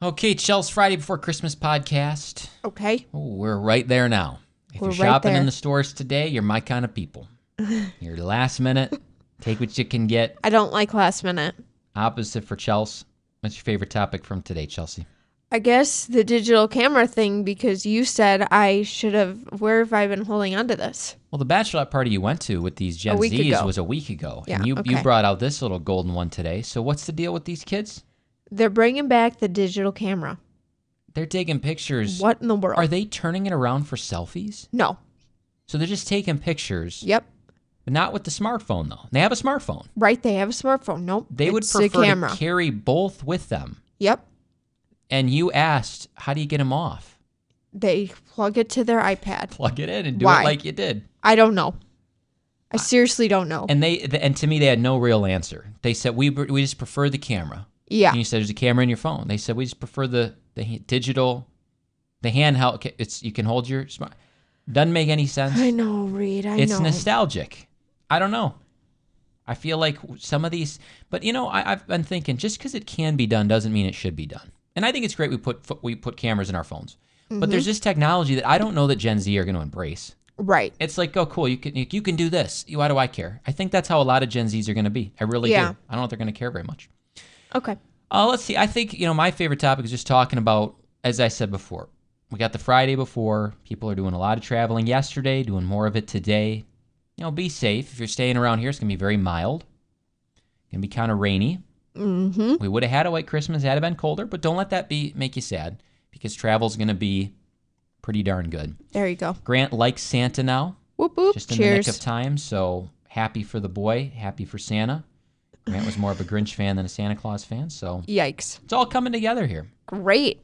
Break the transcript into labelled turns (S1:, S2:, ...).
S1: Okay, it's Shell's Friday Before Christmas podcast.
S2: Okay.
S1: Oh, we're right there now. If
S2: We're
S1: you're
S2: right
S1: shopping in
S2: there.
S1: the stores today, you're my kind of people. you're last minute. Take what you can get.
S2: I don't like last minute.
S1: Opposite for Chelsea. What's your favorite topic from today, Chelsea?
S2: I guess the digital camera thing because you said I should have. Where have I been holding on to this?
S1: Well, the bachelorette party you went to with these Gen
S2: week
S1: Zs
S2: ago.
S1: was a week ago, and
S2: Yeah,
S1: you you
S2: okay.
S1: brought out this little golden one today. So what's the deal with these kids?
S2: They're bringing back the digital camera.
S1: They're taking pictures.
S2: What in the world?
S1: Are they turning it around for selfies?
S2: no.
S1: So they're just taking pictures,
S2: Yep.
S1: not with the smartphone though. They have a smartphone.
S2: Right. They have a smartphone. Nope.
S1: They would
S2: it's
S1: prefer
S2: the camera.
S1: to carry both with them.
S2: yep.
S1: And you asked, how do you get them off?
S2: They plug it to their iPad.
S1: Plug it in and do it
S2: Why?
S1: like you did.
S2: I don't know. I seriously don't know.
S1: And they th- and to me they had no real answer. They said we pr- we just prefer the camera.
S2: yeah.
S1: And you said there's a camera in your phone. They said we just prefer the the ha- digital, the handheld. ca- It's you can hold your smart. Doesn't make any sense.
S2: I know, Reed. I
S1: it's
S2: know.
S1: nostalgic. I don't know. I feel like some of these, but you know, I, I've been thinking just because it can be done doesn't mean it should be done. And I think it's great we put fo- we put cameras in our phones, but
S2: Mm-hmm.
S1: there's this technology that I don't know that Gen Z are going to embrace.
S2: right.
S1: It's like, oh, cool, you can you, you can do this. Why do I care? I think that's how a lot of Gen Zs are going to be. I really
S2: Yeah.
S1: do. I don't know if they're going to care very much.
S2: Okay.
S1: Uh, let's see. I think you know my favorite topic is just talking about, as I said before, we got the Friday before. People are doing a lot of traveling yesterday, doing more of it today. You know, be safe. If you're staying around here, it's gonna be very mild. Gonna be kind of rainy.
S2: Mm-hmm.
S1: We would have had a white Christmas had it been colder, but don't let that be make you sad because travel's gonna be pretty darn good.
S2: There you go.
S1: Grant likes Santa now
S2: Whoop whoop.
S1: just in
S2: Cheers.
S1: the nick of time. So happy for the boy, happy for Santa. Grant was more of a Grinch fan than a Santa Claus fan, so
S2: Yikes.
S1: it's all coming together here.
S2: Great.